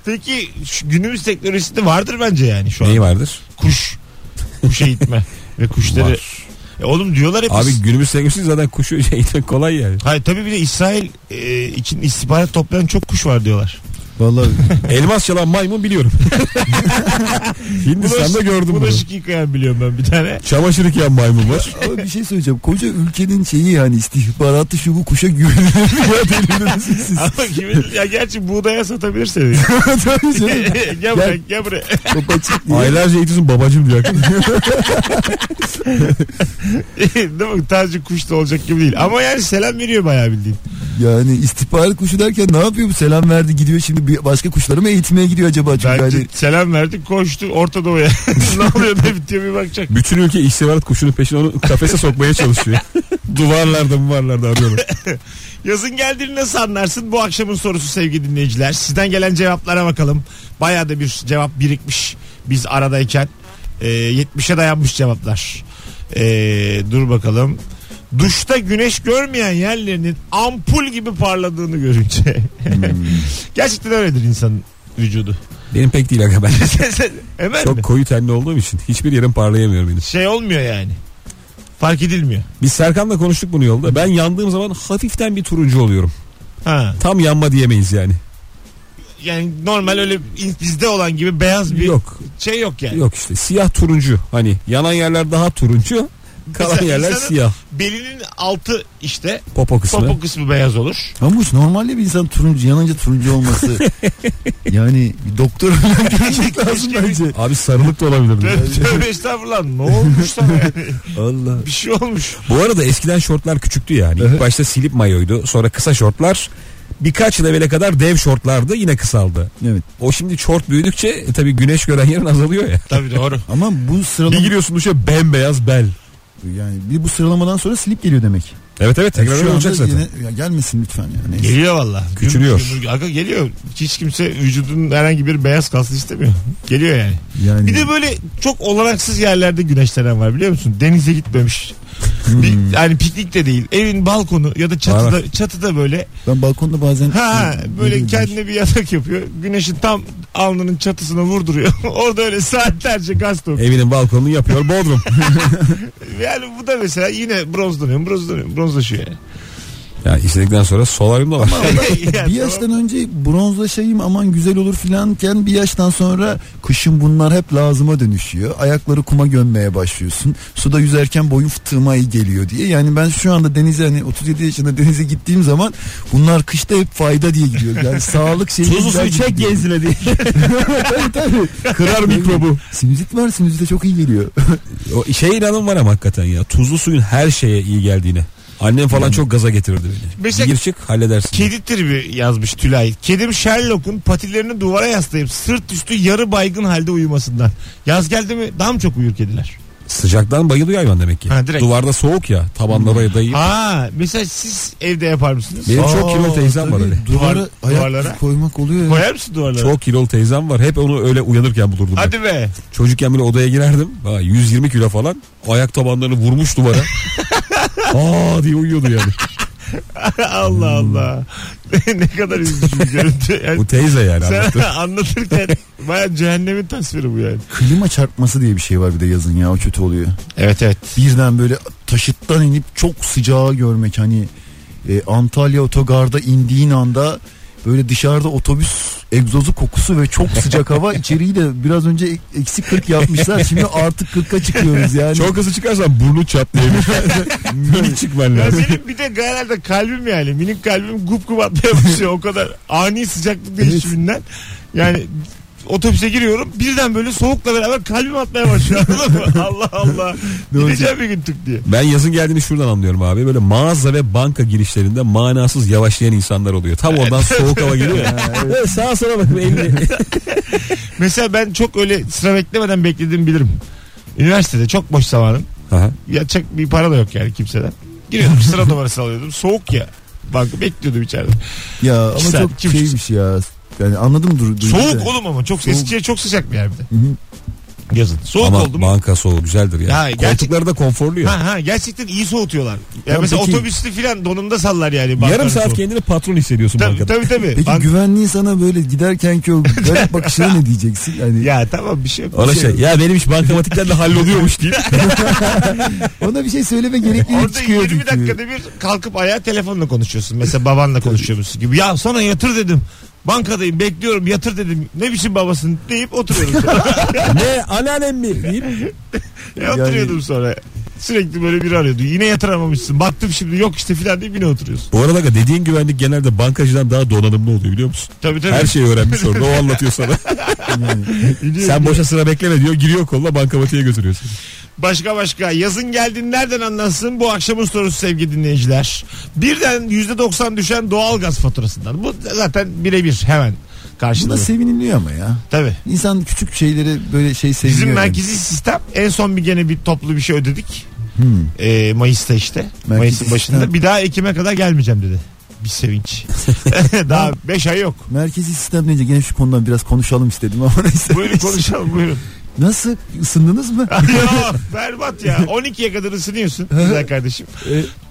Speaker 2: Peki şu günümüz teknolojisinde vardır bence yani şu an.
Speaker 3: Neyi vardır?
Speaker 2: Kuş. Kuş eğitme. Ve kuşları.
Speaker 3: Var.
Speaker 2: E oğlum diyorlar hep.
Speaker 3: Abi günümüz teknolojisi zaten kuşu [laughs] eğitmek kolay yani.
Speaker 2: Hayır tabii bir de İsrail e, için istihbarat toplayan çok kuş var diyorlar.
Speaker 4: Vallahi
Speaker 3: Elmas çalan maymun [laughs] biliyorum. Hindistan'da gördüm bunu.
Speaker 2: Bulaşık yıkayan biliyorum ben bir tane.
Speaker 3: Çamaşır yıkayan maymun var. [laughs]
Speaker 4: ama bir şey söyleyeceğim. Koca ülkenin şeyi yani istihbaratı şu bu kuşa
Speaker 2: [laughs]
Speaker 4: güvenilir.
Speaker 2: Ama kimin ya gerçi buğdaya satabilirsiniz.
Speaker 4: Tabii canım.
Speaker 2: [laughs] gel buraya gel buraya. [laughs]
Speaker 4: Topaçık diye.
Speaker 3: Aylarca eğitilsin babacım diyor. [laughs]
Speaker 2: Değil mi? Tacı kuş da olacak gibi değil. Ama yani selam veriyor bayağı bildiğin.
Speaker 4: Yani istihbarat kuşu derken ne yapıyor bu? Selam verdi gidiyor şimdi bir başka kuşları mı eğitmeye gidiyor acaba? Çünkü
Speaker 2: Bence
Speaker 4: hani
Speaker 2: selam verdi koştu Orta Doğu'ya. [laughs] ne oluyor ne bitiyor bir bakacak.
Speaker 3: Bütün ülke istihbarat kuşunun peşine onu kafese sokmaya [laughs] çalışıyor. duvarlarda duvarlarda arıyorlar.
Speaker 2: [laughs] Yazın geldiğini nasıl anlarsın? Bu akşamın sorusu sevgili dinleyiciler. Sizden gelen cevaplara bakalım. Bayağı da bir cevap birikmiş biz aradayken. Ee, 70'e dayanmış cevaplar. Ee, dur bakalım. Duşta güneş görmeyen yerlerinin ampul gibi parladığını görünce. [laughs] Gerçekten öyledir insanın vücudu.
Speaker 3: Benim pek değil aga ben.
Speaker 2: Hemen mi?
Speaker 3: Çok koyu tenli olduğum için hiçbir yerim parlayamıyor benim.
Speaker 2: Şey olmuyor yani. Fark edilmiyor.
Speaker 3: Biz Serkan'la konuştuk bunu yolda. Ben yandığım zaman hafiften bir turuncu oluyorum.
Speaker 2: Ha.
Speaker 3: Tam yanma diyemeyiz yani.
Speaker 2: yani normal öyle in- bizde olan gibi beyaz bir
Speaker 3: Yok.
Speaker 2: şey yok yani.
Speaker 3: Yok işte siyah turuncu. Hani yanan yerler daha turuncu. Kalan
Speaker 2: Mesela
Speaker 3: yerler
Speaker 2: insanın
Speaker 3: siyah.
Speaker 2: Belinin altı işte
Speaker 3: Popo kısmı.
Speaker 2: popo kısmı beyaz olur.
Speaker 4: Hamuş normalde bir insan turuncu yanınca turuncu olması [laughs] yani bir doktor olarak görmek lazım
Speaker 2: Keşke bir-
Speaker 4: bence.
Speaker 3: Abi sarılık da olabilir.
Speaker 2: Tövbe tövbe estağfurullah ne olmuş sana yani?
Speaker 4: Allah.
Speaker 2: Bir şey olmuş.
Speaker 3: Bu arada eskiden şortlar küçüktü yani. İlk
Speaker 4: Evet.
Speaker 3: başta silip mayoydu. Sonra kısa şortlar. Birkaç yıl evvele kadar dev şortlardı yine kısaldı.
Speaker 4: Evet.
Speaker 3: O şimdi şort büyüdükçe e, tabii güneş gören yerin azalıyor ya.
Speaker 2: Tabii doğru.
Speaker 4: Ama bu
Speaker 3: Bir
Speaker 4: sıralama
Speaker 3: giriyorsun duşa bembeyaz bel.
Speaker 4: yani bir bu sıralamadan sonra slip geliyor demek.
Speaker 3: Evet evet tekrar
Speaker 4: E, Şu
Speaker 3: öyle
Speaker 4: anda
Speaker 3: olacak zaten.
Speaker 4: yine- ya gelmesin lütfen yani.
Speaker 2: Geliyor valla.
Speaker 3: Küçülüyor.
Speaker 2: Gümrük gümrük. Aga geliyor. Hiç kimse vücudunun herhangi bir beyaz kalsın istemiyor. Geliyor yani.
Speaker 4: Yani
Speaker 2: Bir de böyle çok olanaksız yerlerde güneşlenen var biliyor musun? Denize gitmemiş. Bir, yani piknik de değil. Evin balkonu ya da
Speaker 3: Var,
Speaker 2: çatıda çatıda böyle.
Speaker 4: ben balkonda bazen
Speaker 2: Ha böyle
Speaker 4: Geliyor,
Speaker 2: kendine bir yatak yapıyor. Güneşin tam alnının çatısına vurduruyor. [laughs] Orada öyle saatlerce gazete okuyor.
Speaker 3: Evinin balkonunu yapıyor Bodrum.
Speaker 2: Yani bu da mesela yine bronzlanıyor, bronzlanıyor, bronzlaşıyor [laughs]
Speaker 3: [laughs]
Speaker 2: yani.
Speaker 3: ya istedikten sonra solaryum
Speaker 2: [laughs]
Speaker 3: da var.
Speaker 2: Yani
Speaker 4: bir yaştan önce bronzlaşayım aman güzel olur filanken bir yaştan sonra kışın bunlar hep lazıma dönüşüyor. Ayakları kuma gömmeye başlıyorsun. Suda yüzerken boyun fıtığıma iyi geliyor diye. Yani ben şu anda denize hani 37 yaşında denize gittiğim zaman bunlar kışta hep fayda diye gidiyor. Yani sağlık şeyi
Speaker 3: Tuzlu suyu çek
Speaker 4: gezine diye. [laughs] tabii tabii.
Speaker 3: Kırar mikrobu.
Speaker 4: Sinüzit var sinüzite çok iyi geliyor.
Speaker 3: O şey inanım var ama hakikaten ya. Tuzlu suyun her şeye iyi geldiğine. Annem falan çok gaza getirirdi beni.
Speaker 2: Mesela-
Speaker 3: Bir gir çık halledersin.
Speaker 2: şey- Kedi tribi yazmış Tülay. Kedim Sherlock'un patilerini duvara yaslayıp sırt üstü yarı baygın halde uyumasından. Yaz geldi mi daha mı çok uyur kediler?
Speaker 3: Sıcaktan bayılıyor hayvan demek ki.
Speaker 2: Ha, direkt. Hmm.
Speaker 3: Duvarda soğuk ya. Tabanlara dayayıp.
Speaker 2: Ha mesela siz evde yapar mısınız?
Speaker 3: Benim çok kilolu teyzem var
Speaker 4: tabii.
Speaker 3: öyle.
Speaker 4: Duvara,
Speaker 2: Duvar-
Speaker 4: ayak
Speaker 2: duvarlara.
Speaker 4: koymak oluyor.
Speaker 2: Koyar mısın duvarlara?
Speaker 3: Çok kilolu teyzem var. Hep onu öyle uyanırken bulurdum. ben.
Speaker 2: Hadi be. [laughs]
Speaker 3: Çocukken bile odaya girerdim. Ha, 120 kilo falan. Ayak tabanlarını
Speaker 2: [laughs]
Speaker 3: vurmuş duvara. Aa diye uyuyordu yani.
Speaker 2: Allah Allah. [laughs] ne kadar üzücü bir görüntü. Yani
Speaker 3: Bu teyze yani.
Speaker 2: sen [laughs]
Speaker 3: anlattı.
Speaker 2: anlatırken baya cehennemin tasviri bu yani.
Speaker 4: Klima çarpması diye bir şey var bir de yazın ya o kötü oluyor.
Speaker 2: Evet evet.
Speaker 4: birden böyle taşıttan inip çok sıcağı görmek hani e, Antalya otogarda indiğin anda böyle dışarıda otobüs egzozu kokusu ve çok
Speaker 2: [laughs]
Speaker 4: sıcak hava içeriği de biraz önce ek- eksi 40 yapmışlar şimdi artık 40'a çıkıyoruz yani.
Speaker 3: Çok hızlı çıkarsan burnu
Speaker 2: [laughs]
Speaker 3: çatlayabilir. Minik çıkman
Speaker 2: Ya
Speaker 3: lazım.
Speaker 2: benim bir de herhalde kalbim yani. Minik kalbim gup gup atmaya başlıyor. O kadar ani sıcaklık değişiminden. Yani otobüse giriyorum. Birden böyle soğukla beraber kalbim atmaya başlıyor. Anladın
Speaker 4: [laughs]
Speaker 2: mı? Allah Allah. Gideceğim bir gün tık diye.
Speaker 3: Ben yazın geldiğini şuradan anlıyorum abi. Böyle mağaza ve banka girişlerinde manasız yavaşlayan insanlar oluyor. Tam oradan soğuk hava
Speaker 2: [laughs]
Speaker 3: geliyor ya. Böyle Sağa sola bakıp elini.
Speaker 2: Mesela ben çok öyle sıra beklemeden beklediğimi bilirim. Üniversitede çok boş zamanım.
Speaker 3: Aha.
Speaker 2: Yatacak bir para da yok yani kimseden.
Speaker 4: [laughs]
Speaker 2: Giriyordum sıra numarası alıyordum. Soğuk ya. Banka bekliyordum içeride.
Speaker 4: ya ama
Speaker 2: Güzel,
Speaker 4: çok
Speaker 2: kim-
Speaker 4: şeymiş ya. Yani anladım dur. dur-
Speaker 2: Soğuk
Speaker 4: da.
Speaker 2: oğlum ama çok
Speaker 4: Soğuk.
Speaker 2: Eskişehir çok sıcak bir yer bir de.
Speaker 4: Hı hı.
Speaker 2: Yazın. Soğuk
Speaker 3: Ama
Speaker 2: oldu mu?
Speaker 3: banka soğuğu güzeldir ya.
Speaker 2: Ha, gerçek-
Speaker 3: Koltukları da konforlu ya.
Speaker 2: Ha ha gerçekten iyi soğutuyorlar. Ya
Speaker 4: Ya
Speaker 2: mesela
Speaker 4: peki-
Speaker 2: otobüsü filan donunda sallar yani.
Speaker 3: Yarım saat
Speaker 2: geldi.
Speaker 3: kendini patron hissediyorsun
Speaker 2: Tabii
Speaker 3: bankada.
Speaker 2: tabii. tabii.
Speaker 4: Peki
Speaker 2: Bank-
Speaker 4: güvenliğin sana böyle giderken ki
Speaker 2: [laughs]
Speaker 4: o garip bakışına ne diyeceksin? Hani Yani
Speaker 2: Ya tamam bir şey yok.
Speaker 3: Ona
Speaker 2: Bir şey
Speaker 3: şey
Speaker 2: yok.
Speaker 3: ya benim iş bankamatiklerle
Speaker 2: [laughs]
Speaker 3: halloluyormuş diye.
Speaker 4: ona bir şey söyleme gerekliliği
Speaker 2: Orada
Speaker 4: çıkıyor.
Speaker 2: 20
Speaker 4: çünkü.
Speaker 2: dakikada bir kalkıp ayağa telefonla konuşuyorsun. Mesela babanla konuşuyormuşsun gibi. Ya sana yatır dedim. Bankadayım bekliyorum yatır dedim. Ne biçim babasın deyip oturuyorum sonra.
Speaker 3: ne anneannem mi? deyip
Speaker 2: Ya oturuyordum sonra. Sürekli böyle biri arıyordu. Yine yatıramamışsın. Baktım şimdi yok işte filan deyip yine oturuyorsun.
Speaker 3: Bu arada dediğin güvenlik genelde bankacıdan daha donanımlı oluyor biliyor musun?
Speaker 2: Tabii tabii.
Speaker 3: Her şey- şeyi öğrenmiş orada o
Speaker 2: [laughs]
Speaker 3: anlatıyor sana.
Speaker 2: İniyor,
Speaker 3: Sen boşa sıra bekleme diyor giriyor kolla bankamatiğe götürüyorsun.
Speaker 2: Başka başka yazın geldiğini nereden anlansın bu akşamın sorusu sevgili dinleyiciler. Birden %90 düşen doğalgaz faturasından. Bu zaten birebir hemen
Speaker 4: Bu da
Speaker 2: karşılıyor.
Speaker 4: seviniliyor ama ya.
Speaker 2: Tabii.
Speaker 4: İnsan küçük şeyleri böyle şey seviniyor.
Speaker 2: Bizim
Speaker 4: yani.
Speaker 2: merkezi sistem en son bir gene bir toplu bir şey ödedik.
Speaker 4: Hmm.
Speaker 2: Ee, Mayıs'ta işte.
Speaker 4: Merkezi
Speaker 2: Mayıs'ın başında.
Speaker 4: sistem.
Speaker 2: Bir daha Ekim'e kadar gelmeyeceğim dedi. Bir
Speaker 4: [laughs]
Speaker 2: sevinç. [laughs] daha 5 ay yok.
Speaker 4: Merkezi sistem deyince gene şu konudan biraz konuşalım istedim ama [laughs] neyse.
Speaker 2: Buyurun konuşalım buyurun.
Speaker 4: Nasıl
Speaker 2: [laughs]
Speaker 4: ısındınız mı?
Speaker 2: ya berbat ya. 12'ye kadar ısınıyorsun güzel kardeşim.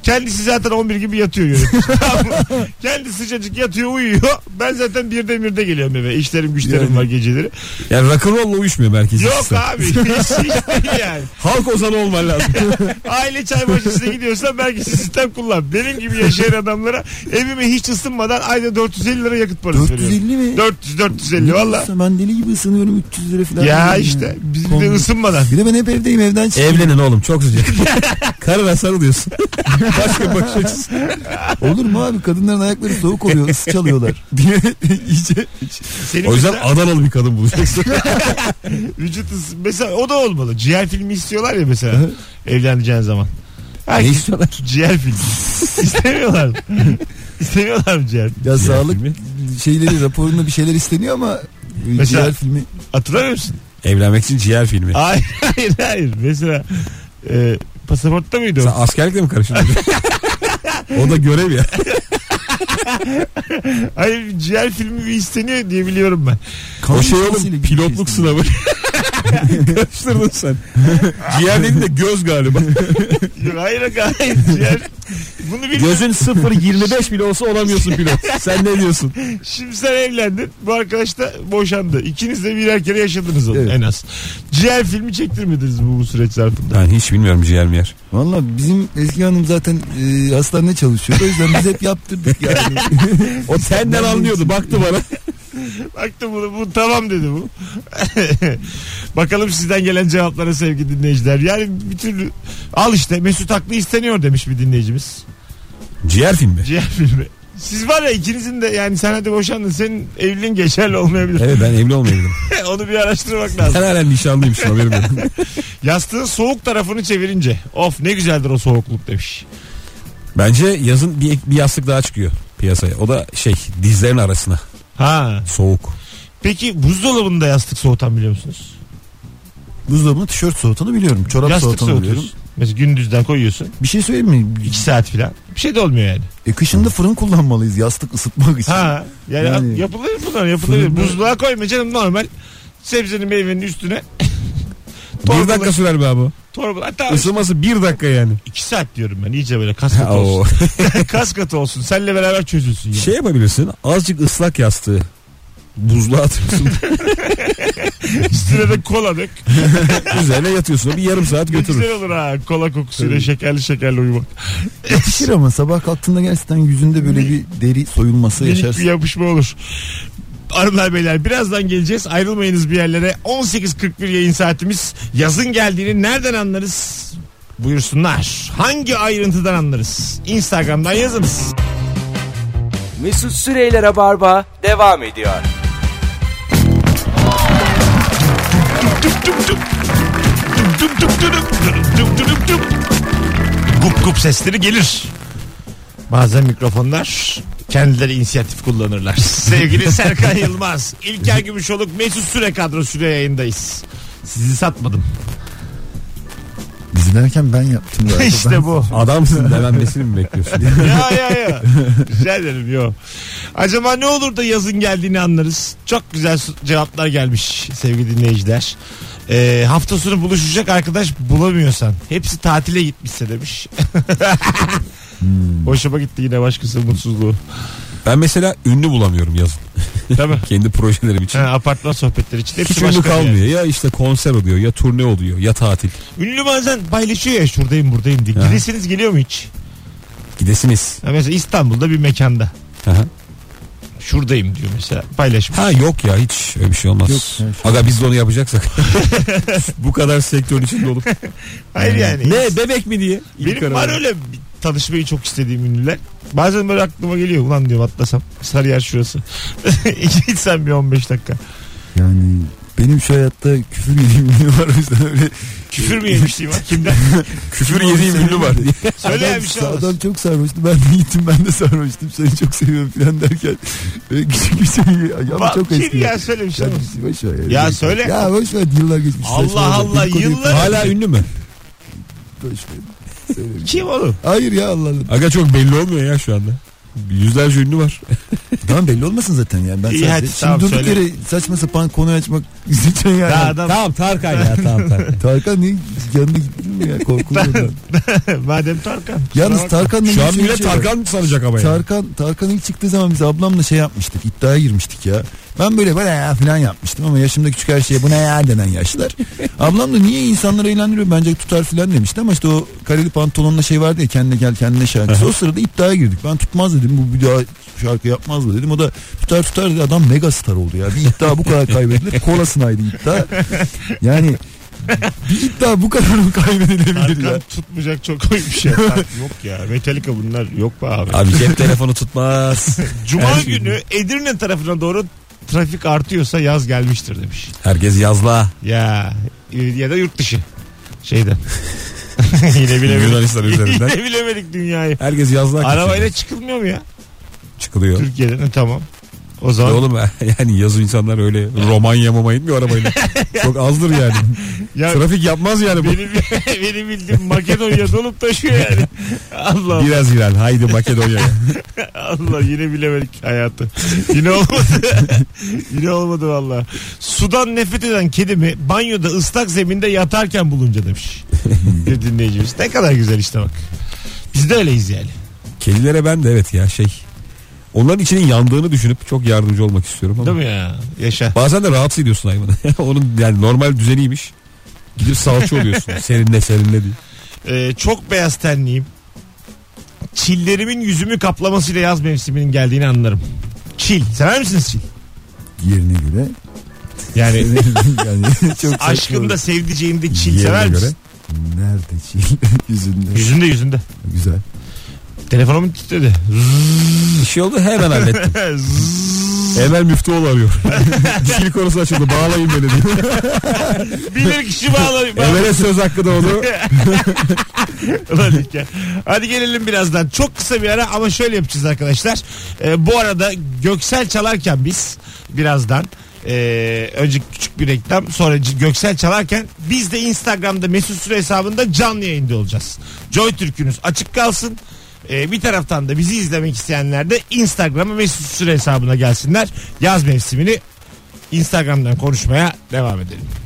Speaker 2: Kendisi zaten 11 gibi yatıyor yönetici. Tamam mı? Kendi sıcacık yatıyor uyuyor. Ben zaten bir demirde geliyorum eve. İşlerim güçlerim
Speaker 4: Yani.
Speaker 2: var geceleri.
Speaker 3: Yani rock'n'roll'la uyuşmuyor merkez.
Speaker 2: Yok
Speaker 3: ikisi.
Speaker 2: abi. Hiç, hiç değil yani.
Speaker 3: Halk ozanı olman lazım.
Speaker 2: Aile çay bahçesine gidiyorsan belki sistem kullan. Benim gibi yaşayan adamlara evime hiç ısınmadan ayda 450 lira yakıt parası
Speaker 4: 450
Speaker 2: veriyorum.
Speaker 4: mi?
Speaker 2: 400 450 valla.
Speaker 4: Ben deli gibi ısınıyorum 300 lira falan.
Speaker 2: Ya
Speaker 4: veriyorum
Speaker 2: işte
Speaker 4: yani.
Speaker 2: biz bir de
Speaker 4: Konu-
Speaker 2: ısınmadan.
Speaker 4: Bir de ben hep evdeyim evden çıkıyorum.
Speaker 3: Evlenin oğlum çok sıcak. [laughs] Karına [laughs] sarılıyorsun. Başka bakış açısı.
Speaker 4: Olur mu abi kadınların ayakları soğuk oluyor
Speaker 2: [laughs]
Speaker 4: ısı çalıyorlar. diye iyice
Speaker 2: Senin
Speaker 3: O yüzden
Speaker 2: mesela
Speaker 3: Adanalı bir kadın bulacaksın.
Speaker 2: vücut ısı- mesela o da olmalı. Ciğer filmi istiyorlar ya mesela evleneceğin zaman.
Speaker 3: ne
Speaker 2: Herkes
Speaker 3: istiyorlar?
Speaker 2: ciğer
Speaker 3: [laughs]
Speaker 2: filmi. İstemiyorlar. mı? İstemiyorlar mı ciğer?
Speaker 4: ya
Speaker 3: Ciğer
Speaker 4: sağlık
Speaker 3: filmi.
Speaker 4: şeyleri raporunda bir şeyler isteniyor ama
Speaker 2: Mesela-
Speaker 4: ciğer filmi
Speaker 2: Hatırlamıyor musun?
Speaker 3: Evlenmek için ciğer filmi.
Speaker 2: Hayır hayır hayır. Mesela e, pasaportta mıydı o?
Speaker 3: Sen askerlikle mi karıştırdın? [laughs] o da görev ya.
Speaker 2: Hayır ciğer filmi isteniyor diye biliyorum ben.
Speaker 4: Kan
Speaker 3: o şey
Speaker 4: testiyle
Speaker 3: oğlum
Speaker 4: gibi
Speaker 3: pilotluk
Speaker 4: bir şey
Speaker 3: sınavı. Karıştırdın sen. [laughs] Ciğer dedin de göz galiba.
Speaker 2: Yok, hayır hayır ciğer. Bunu bilmiyorum.
Speaker 3: [laughs] Gözün 0.25 bile olsa [laughs] olamıyorsun pilot. Sen ne diyorsun?
Speaker 2: Şimdi sen evlendin. Bu arkadaş da boşandı. İkiniz de birer kere yaşadınız onu
Speaker 4: Evet.
Speaker 2: en az. Ciğer filmi çektirmediniz bu, bu süreç zarfında.
Speaker 3: Ben hiç bilmiyorum ciğer mi yer.
Speaker 4: Valla bizim Ezgi Hanım zaten e, hastanede çalışıyor. O yüzden biz hep
Speaker 2: [laughs]
Speaker 4: yaptırdık yani.
Speaker 3: O senden anlıyordu baktı bana.
Speaker 2: Baktım bunu bu tamam dedi bu. [laughs] Bakalım sizden gelen cevaplara sevgili dinleyiciler. Yani bir türlü al işte Mesut Haklı isteniyor demiş bir dinleyicimiz.
Speaker 3: Ciğer filmi.
Speaker 2: Ciğer filmi. Siz var ya ikinizin de yani sen hadi boşandın senin evliliğin geçerli olmayabilir.
Speaker 3: Evet ben evli olmayabilirim.
Speaker 2: [laughs] Onu bir araştırmak
Speaker 3: Sen [laughs]
Speaker 2: lazım.
Speaker 3: halen nişanlıymışsın haberim yok.
Speaker 2: Yastığın soğuk tarafını çevirince of ne güzeldir o soğukluk demiş.
Speaker 3: Bence yazın bir, bir yastık daha çıkıyor piyasaya. O da şey dizlerin arasına
Speaker 2: Ha.
Speaker 3: soğuk.
Speaker 2: Peki buzdolabında yastık soğutan biliyor musunuz?
Speaker 4: Buzdolabına tişört soğutanı biliyorum. Çorap
Speaker 2: yastık
Speaker 4: soğutanı biliyorum.
Speaker 2: soğutuyorsun. Mesela gündüzden koyuyorsun.
Speaker 4: Bir şey söyleyeyim mi?
Speaker 2: 2 saat falan. Bir şey de olmuyor yani.
Speaker 4: E, kışında fırın kullanmalıyız yastık ısıtmak için.
Speaker 2: Ha. Yani,
Speaker 4: Yani-
Speaker 2: yapılır bunlar yapılır.
Speaker 4: Fırında-
Speaker 2: Buzluğa koyma canım normal. Sebzenin meyvenin üstüne
Speaker 3: Bir dakika sürer be abi.
Speaker 2: torba. Hatta
Speaker 3: Isınması bir dakika yani.
Speaker 2: 2 saat diyorum ben. İyice böyle kas
Speaker 4: [laughs]
Speaker 2: katı
Speaker 3: Oo.
Speaker 2: olsun. [laughs] kas katı olsun. Seninle beraber çözülsün. Yani.
Speaker 3: Şey yapabilirsin azıcık ıslak yastığı
Speaker 2: [laughs]
Speaker 3: buzluğa atıyorsun.
Speaker 2: Üstüne de kola
Speaker 4: [laughs]
Speaker 2: dök.
Speaker 3: Üzerine yatıyorsun. O Bir yarım saat
Speaker 2: Ne güzel
Speaker 3: götürür.
Speaker 2: olur ha. Kola kokusuyla şekerli şekerli uyumak.
Speaker 4: Pişir ama sabah kalktığında gerçekten yüzünde böyle bir deri soyulması
Speaker 2: Minik bir
Speaker 4: yaşarsın.
Speaker 2: yapışma olur. Hanımlar beyler birazdan geleceğiz. Ayrılmayınız bir yerlere. 18.41 yayın saatimiz. Yazın geldiğini nereden anlarız? Buyursunlar. Hangi ayrıntıdan anlarız? Instagram'dan yazınız.
Speaker 1: Mesut Süreyler'e barba devam ediyor.
Speaker 2: Dup dup dudup, dudup dup dudup dup. Gup gup sesleri gelir. Bazen mikrofonlar kendileri inisiyatif kullanırlar. Sevgili Serkan Yılmaz, İlker Gümüşoluk, Mesut Süre kadrosuyla yayındayız. Sizi satmadım.
Speaker 4: Biz derken ben
Speaker 2: [laughs]
Speaker 4: yaptım. galiba.
Speaker 2: işte bu. [laughs]
Speaker 3: Adamsın dememesini mi bekliyorsun?
Speaker 2: ya ya ya. Rica ederim yo. Acaba ne olur da yazın geldiğini anlarız. Çok güzel su- cevaplar gelmiş sevgili dinleyiciler. Ee, hafta sonu buluşacak arkadaş bulamıyorsan. Hepsi tatile gitmişse demiş.
Speaker 3: Hmm.
Speaker 2: Hoşuma gitti yine başkası mutsuzluğu.
Speaker 3: Ben mesela ünlü bulamıyorum yazın.
Speaker 2: Değil mi?
Speaker 3: Kendi projelerim için.
Speaker 2: Ha, apartman sohbetleri için. Hepsi
Speaker 3: Hiç ünlü
Speaker 2: başka bir yer.
Speaker 3: kalmıyor. Ya işte konser oluyor ya turne oluyor ya tatil.
Speaker 2: Ünlü bazen paylaşıyor ya şuradayım buradayım diye.
Speaker 3: Ha.
Speaker 2: Gidesiniz geliyor mu hiç?
Speaker 3: Gidesiniz.
Speaker 2: Ha, mesela İstanbul'da bir mekanda.
Speaker 3: Aha.
Speaker 2: Şuradayım diyor mesela. Paylaşmış.
Speaker 3: Ha yok ya hiç öyle bir şey olmaz.
Speaker 4: Yok, evet.
Speaker 3: Aga biz de onu yapacaksak. [laughs] Bu kadar sektörün içinde olup.
Speaker 2: Hayır yani.
Speaker 3: Ne bebek mi diye. İlk
Speaker 2: Benim
Speaker 3: karar.
Speaker 2: var öyle bir tanışmayı çok istediğim ünlüler. Bazen böyle aklıma geliyor ulan diyorum atlasam. Sarıyer şurası. [laughs] Gitsem bir 15 dakika.
Speaker 4: Yani benim şu hayatta küfür yediğim var [laughs] o yüzden öyle.
Speaker 2: Küfür mü
Speaker 4: [laughs]
Speaker 2: yemiş diyeyim ha? Kimden?
Speaker 3: Küfür yediğim ünlü var diye.
Speaker 2: [laughs] Söyle ya
Speaker 4: adam,
Speaker 2: bir şey olmaz.
Speaker 4: adam çok sarhoştu ben de gittim ben de sarhoştum seni çok seviyorum falan derken. [laughs] Böyle küçük bir şey ama
Speaker 2: Bak,
Speaker 4: çok
Speaker 2: kim
Speaker 4: eski.
Speaker 2: ya söyle bir şey
Speaker 4: Ya
Speaker 2: olmaz.
Speaker 4: biz- boş ver ya.
Speaker 2: Ya söyle.
Speaker 4: Ya boş ver yıllar geçmiş.
Speaker 2: Allah
Speaker 4: saçmalama.
Speaker 2: Allah,
Speaker 4: Dedikodu yapma.
Speaker 2: yıllar-
Speaker 3: Hala ünlü mü?
Speaker 4: Boş ver. Söyle.
Speaker 2: Kim oğlum?
Speaker 4: Hayır ya Allah Allah.
Speaker 3: Aga çok belli olmuyor ya şu anda. Yüzlerce ünlü var.
Speaker 4: Tamam belli olmasın zaten ya. Ben
Speaker 2: İyi,
Speaker 4: sadece.
Speaker 2: hadi,
Speaker 4: Şimdi
Speaker 2: tamam,
Speaker 4: durduk
Speaker 2: söyle.
Speaker 4: yere saçma sapan konu açmak [laughs] için yani.
Speaker 2: Daha adam
Speaker 3: Tamam Tarkan ya
Speaker 2: [laughs]
Speaker 3: tamam Tarkan.
Speaker 4: Tarkan niye yanına gittin mi ya korkuluyorum.
Speaker 2: madem Tarkan.
Speaker 4: Yalnız Tarkan'la
Speaker 3: Şu an
Speaker 4: ilgili
Speaker 3: bile
Speaker 4: şey var.
Speaker 3: Tarkan sanacak ama ya.
Speaker 4: Tarkan, Tarkan ilk çıktığı zaman biz ablamla şey yapmıştık iddiaya girmiştik ya. Ben böyle bana ya falan yapmıştım ama yaşımda küçük her şeye buna ya
Speaker 3: [laughs]
Speaker 4: denen yaşlar. Ablam da niye insanları eğlendiriyor bence tutar falan demişti ama işte o kareli pantolonla şey vardı ya kendine gel kendine şarkısı. o sırada iddiaya girdik ben tutmaz dedim bu bir daha şarkı yapmaz mı dedim. O da tutar tutar dedi adam mega star oldu ya. Bir iddia bu kadar kaybedilir kolasınaydı iddia. Yani bir iddia bu kadar mı kaybedilebilir ya?
Speaker 2: Tarkan tutmayacak çok koyu bir şey. Tarkan yok ya. Metallica bunlar yok be abi.
Speaker 3: Abi cep telefonu tutmaz.
Speaker 2: [laughs] Cuma
Speaker 3: Her şey-
Speaker 2: günü Edirne tarafına doğru trafik artıyorsa yaz gelmiştir demiş.
Speaker 3: Herkes yazla.
Speaker 2: Ya ya da yurt dışı. Şeyden. [laughs] Yine bilemedik.
Speaker 3: Yunanistan üzerinden.
Speaker 2: Yine bilemedik dünyayı.
Speaker 3: Herkes yazla. kaçıyor.
Speaker 2: Arabayla çıkılmıyor mu ya?
Speaker 3: çıkılıyor.
Speaker 2: Türkiye'den Ha, tamam. O
Speaker 3: Ya
Speaker 2: zaman
Speaker 3: oğlum [laughs] yani yazı insanlar öyle Romanya mama inmiyor
Speaker 2: [laughs]
Speaker 3: arabayla. Çok azdır yani.
Speaker 2: ya
Speaker 3: Trafik yapmaz yani bu.
Speaker 2: [laughs] benim, [laughs] benim bildiğim Makedonya dolup taşıyor yani. Allah
Speaker 3: Biraz İran haydi Makedonya'ya.
Speaker 2: Allah yine bilemedik hayatı. Yine olmadı. [laughs] yine olmadı valla. Sudan nefret eden kedimi banyoda ıslak zeminde yatarken bulunca demiş. Bir dinleyicimiz. Ne kadar güzel işte bak. Biz de öyleyiz yani.
Speaker 3: Kedilere ben de evet ya şey. Onların içinin yandığını düşünüp çok yardımcı olmak istiyorum ama.
Speaker 2: Değil mi ya? Yaşa.
Speaker 3: Bazen de rahatsız ediyorsun hayvanı. [laughs] Onun yani normal düzeniymiş. Gidip salça oluyorsun. serinle serinle diye.
Speaker 2: Ee, çok beyaz tenliyim. Çillerimin yüzümü kaplamasıyla yaz mevsiminin geldiğini anlarım. Çil. Sever misiniz çil?
Speaker 4: Yerine göre.
Speaker 2: Yani
Speaker 4: [laughs] yani
Speaker 2: [laughs]
Speaker 4: çok saçma oldu.
Speaker 2: aşkımda sevdiceğimde çil
Speaker 3: Yerine
Speaker 2: sever
Speaker 3: göre.
Speaker 2: misin?
Speaker 4: Nerede çil? Yüzünde.
Speaker 2: Yüzünde yüzünde.
Speaker 4: [laughs] Güzel.
Speaker 2: Telefonum [laughs] titredi.
Speaker 3: Bir şey oldu hemen hallettim. Emel Müftüoğlu arıyor.
Speaker 2: [laughs]
Speaker 3: Çil konusu açıldı [laughs] bağlayın beni diyor.
Speaker 2: Bilir kişi bağlanıyor.
Speaker 3: Emel'e söz hakkı da oldu.
Speaker 2: Ulan İlker. [laughs] Hadi gelelim birazdan. Çok kısa bir ara ama şöyle yapacağız arkadaşlar. Ee, bu arada Göksel çalarken biz birazdan ee, önce küçük bir reklam sonra C- Göksel çalarken biz de Instagram'da Mesut Süre hesabında canlı yayında olacağız. Joy Türk'ünüz açık kalsın. Ee, bir taraftan da bizi izlemek isteyenler de Instagram'a Mesut Süre hesabına gelsinler. Yaz mevsimini Instagram'dan konuşmaya devam edelim.